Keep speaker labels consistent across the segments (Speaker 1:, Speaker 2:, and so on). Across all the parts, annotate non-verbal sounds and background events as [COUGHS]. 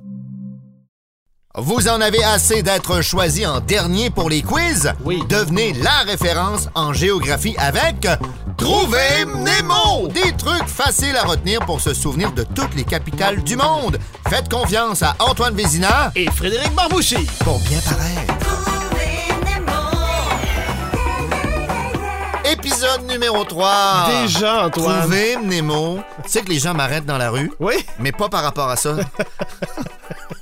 Speaker 1: Vous en avez assez d'être choisi en dernier pour les quiz?
Speaker 2: Oui.
Speaker 1: Devenez la référence en géographie avec Trouver Nemo! Des trucs faciles à retenir pour se souvenir de toutes les capitales du monde. Faites confiance à Antoine Vézina
Speaker 2: Et Frédéric Barbouchi.
Speaker 1: pour bien paraître. Épisode numéro 3.
Speaker 2: Déjà, Antoine.
Speaker 1: Trouver Nemo. Tu sais que les gens m'arrêtent dans la rue,
Speaker 2: Oui,
Speaker 1: mais pas par rapport à
Speaker 2: [LAUGHS]
Speaker 1: ça.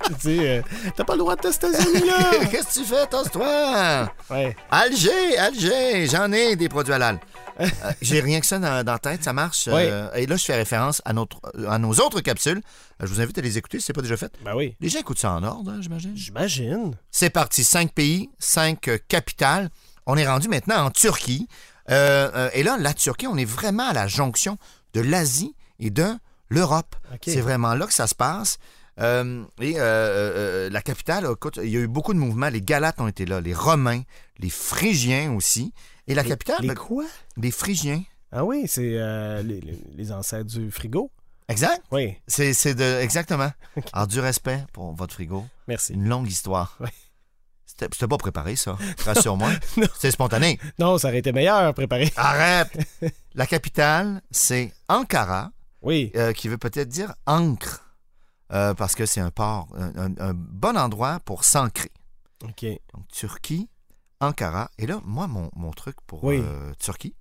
Speaker 2: tu dis, euh, t'as pas le droit de tester celui là
Speaker 1: [LAUGHS] Qu'est-ce que tu fais, tasse-toi?
Speaker 2: Ouais.
Speaker 1: Alger, Alger, j'en ai des produits halal. Euh, J'ai rien que ça dans, dans la tête, ça marche. Euh, et là, je fais référence à, notre, à nos autres capsules. Euh, Je vous invite à les écouter si c'est pas déjà fait.
Speaker 2: Ben oui.
Speaker 1: Les gens écoutent ça en ordre, hein, j'imagine.
Speaker 2: J'imagine.
Speaker 1: C'est parti, cinq pays, cinq euh, capitales. On est rendu maintenant en Turquie. Euh, euh, et là, la Turquie, on est vraiment à la jonction de l'Asie et de l'Europe.
Speaker 2: OK.
Speaker 1: C'est vraiment là que ça se passe. Euh, et euh, euh, euh, la capitale, écoute, il y a eu beaucoup de mouvements. Les Galates ont été là, les Romains, les Phrygiens aussi. Et la capitale,
Speaker 2: Les
Speaker 1: ben,
Speaker 2: quoi?
Speaker 1: les Phrygiens.
Speaker 2: Ah oui, c'est euh, les, les- les ancêtres du frigo.
Speaker 1: Exact?
Speaker 2: Oui,
Speaker 1: C'est c'est de.
Speaker 2: [LAUGHS]
Speaker 1: Exactement. Alors, du respect pour votre frigo. C'est
Speaker 2: merci.
Speaker 1: une longue histoire.
Speaker 2: Ouais.
Speaker 1: C'était c'était pas préparé,
Speaker 2: [LAUGHS]
Speaker 1: ça. Rassure-moi.
Speaker 2: Non.
Speaker 1: C'était spontané.
Speaker 2: Non, ça aurait été meilleur préparé.
Speaker 1: Arrête! [LAUGHS] La capitale, c'est Ankara,
Speaker 2: Oui,
Speaker 1: euh, qui veut peut-être dire ancre, euh, parce que c'est un port, un, un- un bon endroit pour s'ancrer.
Speaker 2: OK.
Speaker 1: Donc, Turquie, Ankara. Et là, moi, mon, mon truc pour
Speaker 2: Oui.
Speaker 1: euh, Turquie,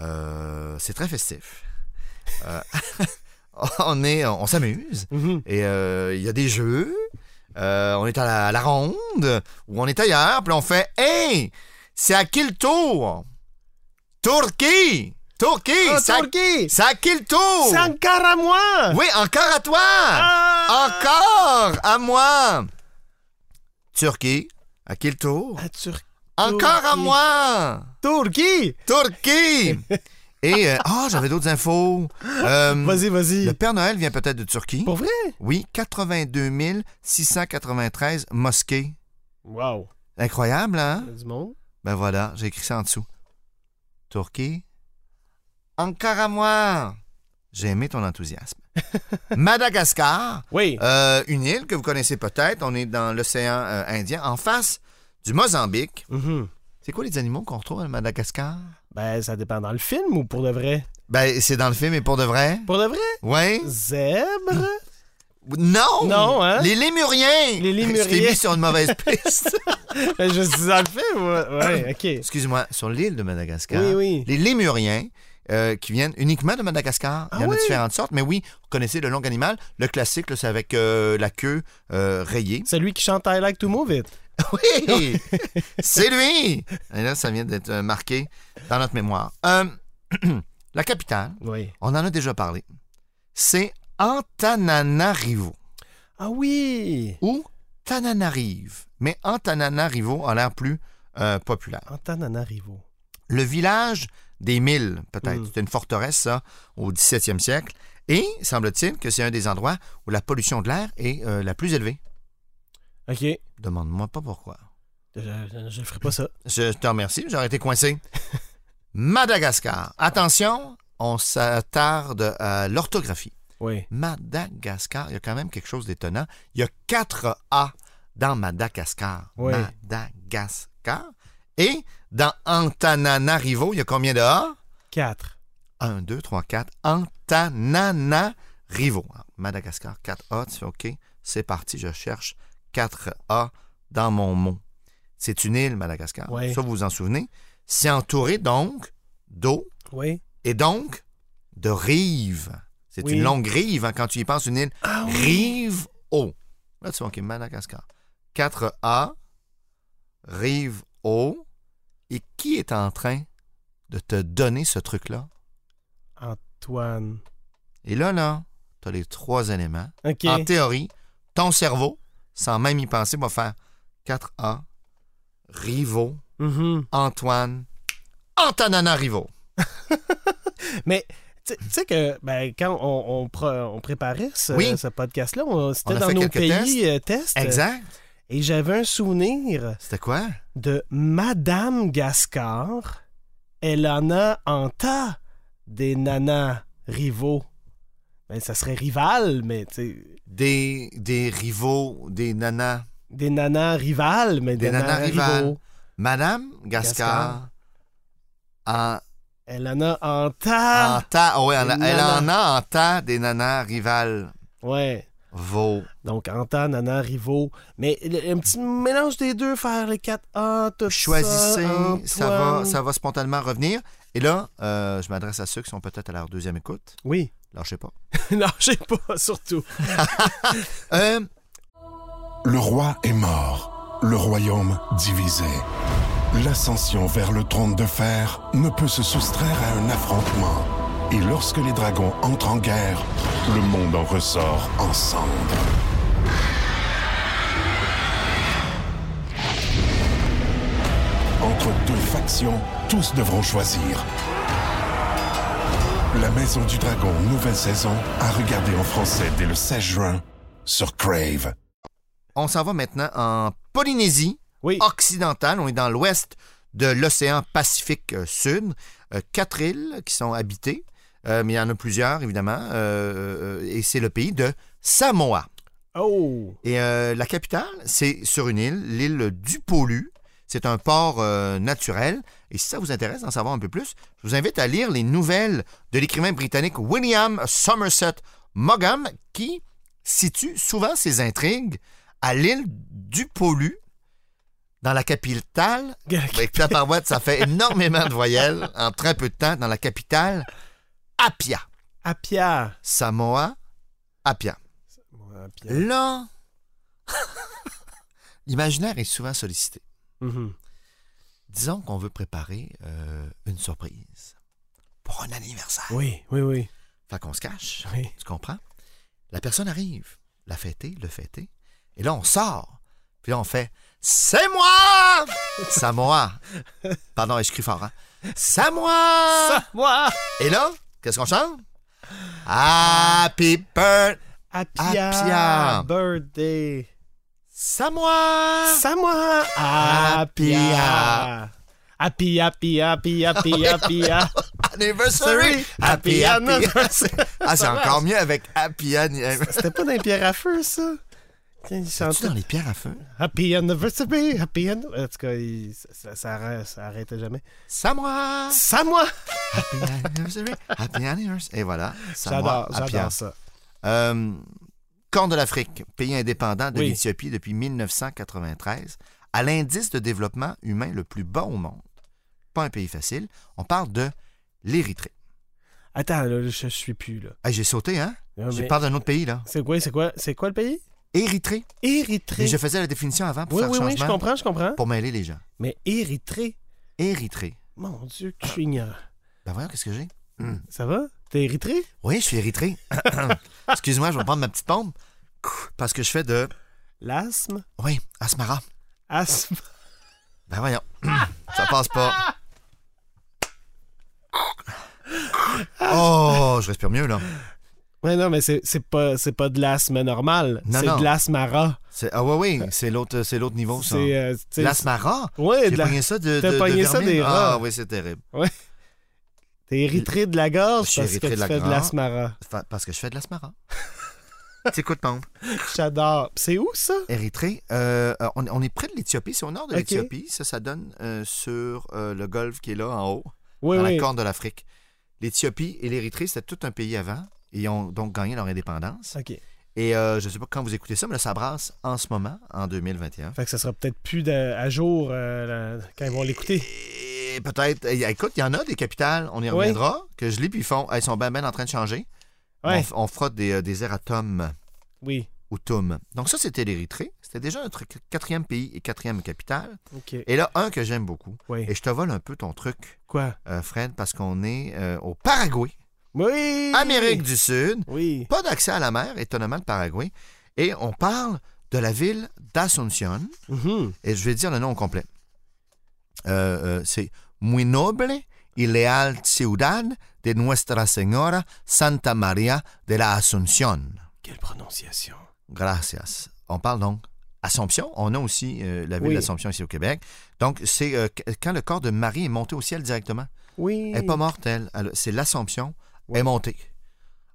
Speaker 1: euh, c'est très festif. Euh, [LAUGHS] on est, on s'amuse.
Speaker 2: Mhm.
Speaker 1: Et euh, il y a des jeux. Euh, on est à la, à la ronde ou on est ailleurs. Puis on fait Hey, c'est à qui le tour Turquie Turquie
Speaker 2: Ah,
Speaker 1: c'est à-
Speaker 2: Turquie!
Speaker 1: C'est à qui le tour
Speaker 2: C'est encore à moi!
Speaker 1: Oui, encore à toi
Speaker 2: Ah!
Speaker 1: Encore à moi Turquie, à qui le tour
Speaker 2: La Turquie.
Speaker 1: Encore à
Speaker 2: Turquie.
Speaker 1: moi
Speaker 2: Turquie! [LAUGHS]
Speaker 1: Turquie Et, euh, ah, j'avais d'autres infos. Euh,
Speaker 2: Vas-y,
Speaker 1: Le
Speaker 2: vas-y.
Speaker 1: Père Noël vient peut-être de Turquie.
Speaker 2: Pour vrai?
Speaker 1: Oui, 82 693 mosquées.
Speaker 2: Wow.
Speaker 1: Incroyable, hein?
Speaker 2: Il y a du monde.
Speaker 1: Ben voilà, j'ai écrit ça en dessous. Turquie. Encore à moi! J'ai aimé ton
Speaker 2: [LAUGHS]
Speaker 1: enthousiasme. Madagascar,
Speaker 2: Oui.
Speaker 1: euh, une île que vous connaissez peut-être. On est dans l'océan euh, Indien, en face du Mozambique.
Speaker 2: Mhm.
Speaker 1: C'est quoi les animaux qu'on retrouve à Madagascar?
Speaker 2: Ben, ça dépend dans le film ou pour de vrai?
Speaker 1: Ben, c'est dans le film et pour de vrai?
Speaker 2: Pour de vrai?
Speaker 1: Oui?
Speaker 2: Zèbre?
Speaker 1: Non!
Speaker 2: Non, hein?
Speaker 1: Les lémuriens!
Speaker 2: Les
Speaker 1: [LAUGHS]
Speaker 2: lémuriens.
Speaker 1: Je t'ai mis sur une mauvaise piste.
Speaker 2: Ben, je suis dans le film. Ouais, Ouais, OK.
Speaker 1: Excuse-moi, sur l'île de Madagascar.
Speaker 2: Oui, oui.
Speaker 1: Les lémuriens, euh, qui viennent uniquement de Madagascar. Il y
Speaker 2: Ah
Speaker 1: en
Speaker 2: oui?
Speaker 1: a différentes sortes, mais oui, vous connaissez le long animal. Le classique, là, c'est avec euh, la queue euh,
Speaker 2: [LAUGHS]
Speaker 1: rayée.
Speaker 2: Celui qui chante I Like to Move It.
Speaker 1: Oui! [LAUGHS] c'est lui! Et là, ça vient d'être euh, marqué dans notre mémoire. Euh, [CLEARS THROAT] la capitale,
Speaker 2: Oui.
Speaker 1: on en a déjà parlé. C'est Antananarivo
Speaker 2: Ah oui!
Speaker 1: ou Tananarive. Mais Antananarivo a l'air plus euh, populaire.
Speaker 2: Antananarivo.
Speaker 1: le village des Milles, peut-être.
Speaker 2: Mm.
Speaker 1: C'est une forteresse, ça, au 17e siècle. Et semble-t-il que c'est un des endroits où la pollution de l'air est euh, la plus élevée.
Speaker 2: OK. Je,
Speaker 1: Demande-moi pas pourquoi.
Speaker 2: je, je ferai pas ça.
Speaker 1: Je te remercie, j'aurais été coincé. Madagascar. Attention, on s'attarde à l'orthographie.
Speaker 2: Oui.
Speaker 1: Madagascar, il y a quand même quelque chose d'étonnant. Il y a quatre A dans Madagascar.
Speaker 2: Oui.
Speaker 1: Madagascar. Et dans Antananarivo, il y a combien de A?
Speaker 2: 4.
Speaker 1: 1, 2, 3, 4. Antananarivo. Ah, Madagascar, 4A. Tu fais OK. C'est parti. Je cherche 4A dans mon mot. C'est une île, Madagascar.
Speaker 2: Ouais.
Speaker 1: Ça, vous vous en souvenez. C'est entouré donc d'eau
Speaker 2: Oui.
Speaker 1: et donc de rives. C'est
Speaker 2: Oui.
Speaker 1: une longue rive hein, quand tu y penses, une île.
Speaker 2: Ah oui.
Speaker 1: Rive eau. Là, tu vois, OK, Madagascar. 4A, rive eau. Et qui est en train de te donner ce truc-là?
Speaker 2: Antoine.
Speaker 1: Et là, là, tu as les trois éléments.
Speaker 2: OK.
Speaker 1: En théorie, ton cerveau, sans même y penser, va faire 4A, Rivo, Mm-hmm.
Speaker 2: Mhm.
Speaker 1: Antoine, Antananarivo.
Speaker 2: Mais tu tu sais que ben, quand on, on pro- on préparait ce,
Speaker 1: Oui.
Speaker 2: ce podcast-là, on-
Speaker 1: On
Speaker 2: c'était
Speaker 1: a
Speaker 2: dans
Speaker 1: fait
Speaker 2: nos
Speaker 1: quelques
Speaker 2: pays
Speaker 1: tests.
Speaker 2: euh, tests.
Speaker 1: Exact.
Speaker 2: Et j'avais un souvenir
Speaker 1: C'était quoi?
Speaker 2: de Madame Gascard. Elle en a en tas des nanas rivaux. Ben, ça serait rival, mais tu sais,
Speaker 1: Des, des rivaux, des nanas.
Speaker 2: des nanas rivales, mais des,
Speaker 1: Des nanas rivales.
Speaker 2: rivaux.
Speaker 1: Madame Gascard, en,
Speaker 2: Elle en a en
Speaker 1: en
Speaker 2: tas.
Speaker 1: tas- oh ouais, en-
Speaker 2: Ah! des
Speaker 1: elle en
Speaker 2: nanas.
Speaker 1: a en tas des nanas rivales.
Speaker 2: Ouais.
Speaker 1: Vaux.
Speaker 2: Donc, en tas, nanas, rivaux. Mais le- un petit mélange des deux, faire les 4A, tout
Speaker 1: Choisissez,
Speaker 2: ça. Antoine.
Speaker 1: ça va, ça va spontanément revenir. Et là, euh, je m'adresse à ceux qui sont peut-être à leur deuxième écoute.
Speaker 2: Oui. [LAUGHS]
Speaker 1: Lâchez pas.
Speaker 2: non, je sais pas, surtout.
Speaker 1: Euh,
Speaker 3: Le roi est mort, le royaume divisé. L'ascension vers le trône de fer ne peut se soustraire à un affrontement. Et lorsque les dragons entrent en guerre, le monde en ressort en cendres. Entre deux factions, tous devront choisir. La Maison du Dragon, nouvelle saison, à regarder en français dès le 16 juin sur Crave.
Speaker 1: on s'en va maintenant en Polynésie
Speaker 2: Oui.
Speaker 1: occidentale. On est dans l'ouest de l'océan Pacifique euh, Sud. Euh, quatre îles qui sont habitées, euh, mais il y en a plusieurs, évidemment. Euh, euh, et c'est le pays de Samoa.
Speaker 2: Oh.
Speaker 1: Et euh, la capitale, c'est sur une île, l'île du Polu. C'est un port euh, naturel. Et si ça vous intéresse d'en savoir un peu plus, je vous invite à lire les nouvelles de l'écrivain britannique William Somerset Maugham, qui situe souvent ses intrigues à l'île du Polu, dans la capitale. Avec la parouette, ça fait énormément de voyelles en très peu de temps dans la capitale Apia.
Speaker 2: À Pierre.
Speaker 1: Samoa, Apia.
Speaker 2: Ouais, à Pierre.
Speaker 1: Là, [LAUGHS] l'imaginaire est souvent sollicité.
Speaker 2: Mhm.
Speaker 1: Disons qu'on veut préparer euh, une surprise pour un anniversaire.
Speaker 2: Oui, oui, oui.
Speaker 1: Fait qu'on se cache,
Speaker 2: Oui.
Speaker 1: tu comprends? La personne arrive, la fêter, le fêter, et là on sort. Puis là on fait « C'est moi! Samoa! » Pardon, je crie fort, hein? « Samoa!
Speaker 2: Ça, moi.
Speaker 1: Et là, qu'est-ce qu'on chante? « Happy birthday!
Speaker 2: À
Speaker 1: Pierre.
Speaker 2: Pierre. Birthday.
Speaker 1: Samoa! »
Speaker 2: Ça, moi. À
Speaker 1: À Pierre.
Speaker 2: Pierre. À Pierre, Pierre, Pierre, Pierre, Pierre.
Speaker 1: Anniversary! Happy, happy. [LAUGHS] Ah, c'est encore mieux avec Happy Anniversary.
Speaker 2: C'était pas dans les pierres à feu, ça? Tiens, il
Speaker 1: Tu
Speaker 2: chantait.
Speaker 1: dans les pierres à feu?
Speaker 2: Happy anniversary, happy anniversary. En tout cas, il- ça, ça, ça arrête- ça arrêtait jamais.
Speaker 1: Samoa!
Speaker 2: Ça, moi!
Speaker 1: Happy Anniversary! Happy Anniversary! Et voilà. Samoa,
Speaker 2: J'adore,
Speaker 1: Happy
Speaker 2: j'adore ça.
Speaker 1: Euh, Corne de l'Afrique, pays indépendant de
Speaker 2: Oui.
Speaker 1: l'Éthiopie depuis 1993, à l'indice de développement humain le plus bas au monde. Pas un pays facile. On parle de l'Érythrée.
Speaker 2: Attends, là, je, je suis plus, là.
Speaker 1: Hey, J'ai sauté, hein?
Speaker 2: Non,
Speaker 1: Je
Speaker 2: mais-
Speaker 1: parle d'un autre pays, là.
Speaker 2: C'est quoi, c'est quoi, c'est quoi le pays?
Speaker 1: Érythrée.
Speaker 2: Érythrée.
Speaker 1: Mais je faisais la définition avant pour
Speaker 2: oui,
Speaker 1: faire
Speaker 2: oui, oui, je
Speaker 1: changement,
Speaker 2: comprends, je comprends.
Speaker 1: pour mêler les gens.
Speaker 2: Mais Érythrée,
Speaker 1: Érythrée.
Speaker 2: mon Dieu, que je suis ignorant.
Speaker 1: Ben voyons, qu'est-ce que j'ai?
Speaker 2: Ça va? T'es Érythrée?
Speaker 1: Oui, je suis érythré. [COUGHS] Excuse-moi, je vais prendre ma petite pompe. Parce que je fais de.
Speaker 2: L'asthme?
Speaker 1: Oui, Asmara.
Speaker 2: Asthme? [LAUGHS]
Speaker 1: Ben voyons. [COUGHS] Ça passe pas. [COUGHS] Oh, je respire mieux, là.
Speaker 2: Ouais, non, mais c'est c'est pas, c'est pas de l'asthme normal.
Speaker 1: Non,
Speaker 2: C'est
Speaker 1: non.
Speaker 2: de l'asthme à rat.
Speaker 1: C'est- Ah, ouais, oui, c'est l'autre c'est l'autre niveau, ça.
Speaker 2: C'est. euh, tu sais,
Speaker 1: L'asmara?
Speaker 2: Ouais,
Speaker 1: J'ai
Speaker 2: de la-
Speaker 1: pogné ça de.
Speaker 2: t'as
Speaker 1: de- de
Speaker 2: pogné ça
Speaker 1: vermine.
Speaker 2: des
Speaker 1: Ah,
Speaker 2: rats.
Speaker 1: oui, c'est terrible.
Speaker 2: T'es Érythrée de la
Speaker 1: Je
Speaker 2: gorge
Speaker 1: suis
Speaker 2: parce que
Speaker 1: Érythrée
Speaker 2: tu
Speaker 1: de la
Speaker 2: fais de
Speaker 1: gorge.
Speaker 2: l'asthme à rat.
Speaker 1: Fa- Parce que je fais de
Speaker 2: [LAUGHS]
Speaker 1: l'asmara. T'écoutes, mon.
Speaker 2: J'adore. C'est où, ça?
Speaker 1: Érythrée, euh, euh, on, on est près de l'Éthiopie, c'est au nord de
Speaker 2: Ok.
Speaker 1: l'Éthiopie. Ça, ça donne euh, sur euh, le golfe qui est là en haut.
Speaker 2: Oui,
Speaker 1: dans
Speaker 2: oui.
Speaker 1: la Corne de l'Afrique. L'Éthiopie et l'Érythrée, c'était tout un pays avant. Ils ont donc gagné leur indépendance.
Speaker 2: OK.
Speaker 1: Et euh, je ne sais pas quand vous écoutez ça, mais là, ça brasse en ce moment, en 2021.
Speaker 2: Fait que ça sera peut-être plus de- à jour euh, la- quand ils vont l'écouter.
Speaker 1: Et peut-être. eh, Écoute, il y en a des capitales, on y
Speaker 2: Oui.
Speaker 1: reviendra, que je lis, puis ils font. Elles sont bien, ben en train de changer. On,
Speaker 2: Ouais,
Speaker 1: f- on fera des, euh, des erratums
Speaker 2: oui.
Speaker 1: ou tomes. Donc, ça, c'était l'Érythrée. C'était déjà notre qu- quatrième pays et quatrième capitale.
Speaker 2: OK.
Speaker 1: Et là, un que j'aime beaucoup.
Speaker 2: Oui.
Speaker 1: Et je te vole un peu ton truc,
Speaker 2: Quoi?
Speaker 1: euh, Fred, parce qu'on est euh, au Paraguay,
Speaker 2: Oui!
Speaker 1: Amérique du Sud.
Speaker 2: Oui.
Speaker 1: Pas d'accès à la mer, étonnamment, le Paraguay. Et on parle de la ville d'Asuncion.
Speaker 2: Mhm.
Speaker 1: Et je vais dire le nom au complet. Euh, euh, c'est Muy noble y leal ciudad de Nuestra Señora Santa María de la Asunción.
Speaker 2: Quelle prononciation.
Speaker 1: Gracias. On parle donc Assomption. On a aussi euh, la ville
Speaker 2: Oui.
Speaker 1: d'Assomption ici au Québec. Donc, c'est euh, qu- quand le corps de Marie est monté au ciel directement.
Speaker 2: Oui.
Speaker 1: Elle n'est pas morte, elle. Elle- c'est l'Assomption. Elle est
Speaker 2: Ouais.
Speaker 1: montée.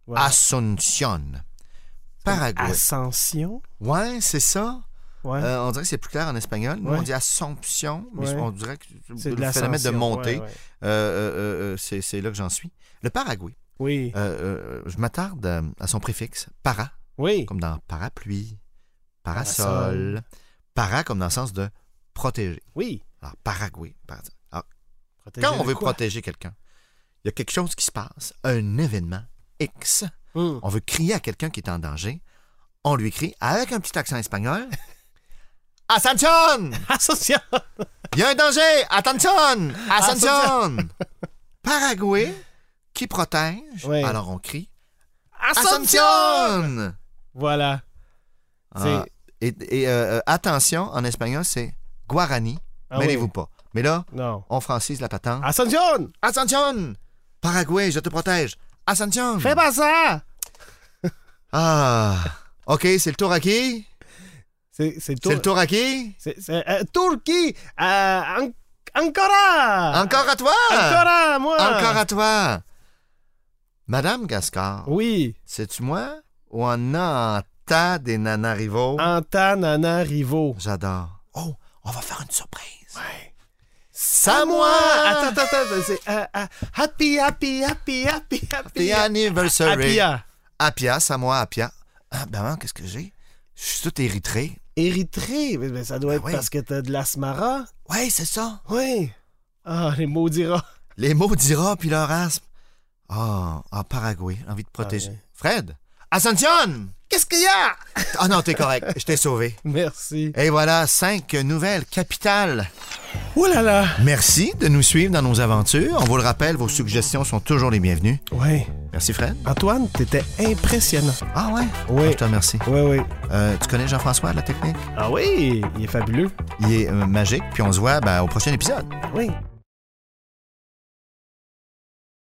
Speaker 2: Voilà.
Speaker 1: Asunción. Paraguay.
Speaker 2: Ascension.
Speaker 1: Ouais, c'est ça.
Speaker 2: Ouais.
Speaker 1: Euh, on dirait que c'est plus clair en espagnol. Nous,
Speaker 2: Ouais.
Speaker 1: on dit Assomption, mais
Speaker 2: Ouais.
Speaker 1: on dirait que
Speaker 2: c'est de
Speaker 1: le phénomène de
Speaker 2: l'ascension,
Speaker 1: montée.
Speaker 2: ouais, ouais.
Speaker 1: Euh, euh, euh, euh, c'est c'est là que j'en suis. Le Paraguay.
Speaker 2: Oui.
Speaker 1: Euh, euh, je m'attarde euh, à son préfixe para,
Speaker 2: oui.
Speaker 1: comme dans parapluie, parasol,
Speaker 2: Parasol.
Speaker 1: para comme dans le sens de protéger.
Speaker 2: Oui.
Speaker 1: Alors, Paraguay. par- Ah, Alors,
Speaker 2: Protéger
Speaker 1: quand on
Speaker 2: de
Speaker 1: veut
Speaker 2: quoi?
Speaker 1: protéger quelqu'un, il y a quelque chose qui se passe, un événement X.
Speaker 2: Hum.
Speaker 1: On veut crier à quelqu'un qui est en danger. On lui crie avec un petit accent espagnol. [LAUGHS] [LAUGHS] Ascension!
Speaker 2: Ascension.
Speaker 1: Il y a un danger! Attention!
Speaker 2: [LAUGHS]
Speaker 1: Ascension! Paraguay qui protège.
Speaker 2: Ouais.
Speaker 1: Alors on crie
Speaker 2: Ascension.
Speaker 1: Ascension!
Speaker 2: Voilà.
Speaker 1: Ah, et et, euh, euh, attention, en espagnol, c'est Guarani.
Speaker 2: Ah
Speaker 1: Mêlez-vous
Speaker 2: oui. Ah.
Speaker 1: pas. Mais là,
Speaker 2: Non.
Speaker 1: on francise la patente.
Speaker 2: Ascension.
Speaker 1: Ascension! Paraguay, je te protège. Ascension!
Speaker 2: Fais pas ça.
Speaker 1: Ah! OK, c'est le tour à qui?
Speaker 2: C'est c'est le
Speaker 1: C'est
Speaker 2: tour.
Speaker 1: le tour à qui?
Speaker 2: C'est- c'est, euh, Turquie. Euh, An- Ankara.
Speaker 1: Encore à toi!
Speaker 2: Ankara, moi.
Speaker 1: Encore à toi! Madame Gascard.
Speaker 2: Oui.
Speaker 1: C'est-tu moi ou on a un tas des nanarivaux?
Speaker 2: Ah. Antananarivo.
Speaker 1: J'adore. Oh, on va faire une surprise.
Speaker 2: Samoa! Attends, attends, attends. C'est, euh, euh, happy, happy, happy, happy, happy.
Speaker 1: Happy anniversary.
Speaker 2: Apia.
Speaker 1: Apia, Samoa, Apia. Ah, ben, maman, qu'est-ce que j'ai? Je suis tout érythré.
Speaker 2: Érythrée. Mais, mais ça doit
Speaker 1: Ben
Speaker 2: être
Speaker 1: oui.
Speaker 2: parce que t'as de l'asmara.
Speaker 1: Ouais, c'est ça.
Speaker 2: Oui. Ah, les maudits rats.
Speaker 1: Les mots dira puis leur asthme. Ah, ah, Paraguay, envie de protéger.
Speaker 2: Ah, oui.
Speaker 1: Fred! Ascension!
Speaker 2: Qu'est-ce qu'il y a?
Speaker 1: Ah non, t'es correct, je t'ai sauvé.
Speaker 2: Merci.
Speaker 1: Et voilà, cinq nouvelles capitales
Speaker 2: Oh là là.
Speaker 1: Merci de nous suivre dans nos aventures. On vous le rappelle, vos suggestions sont toujours les bienvenues.
Speaker 2: Oui.
Speaker 1: Merci Fred.
Speaker 2: Antoine, t'étais impressionnant.
Speaker 1: Ah ouais?
Speaker 2: Oui.
Speaker 1: Je te remercie.
Speaker 2: Oui, oui.
Speaker 1: Euh, tu connais Jean-François, la technique?
Speaker 2: Ah oui, il est fabuleux. Ah
Speaker 1: Il est euh, magique, puis on se voit ben, au prochain épisode.
Speaker 2: Oui.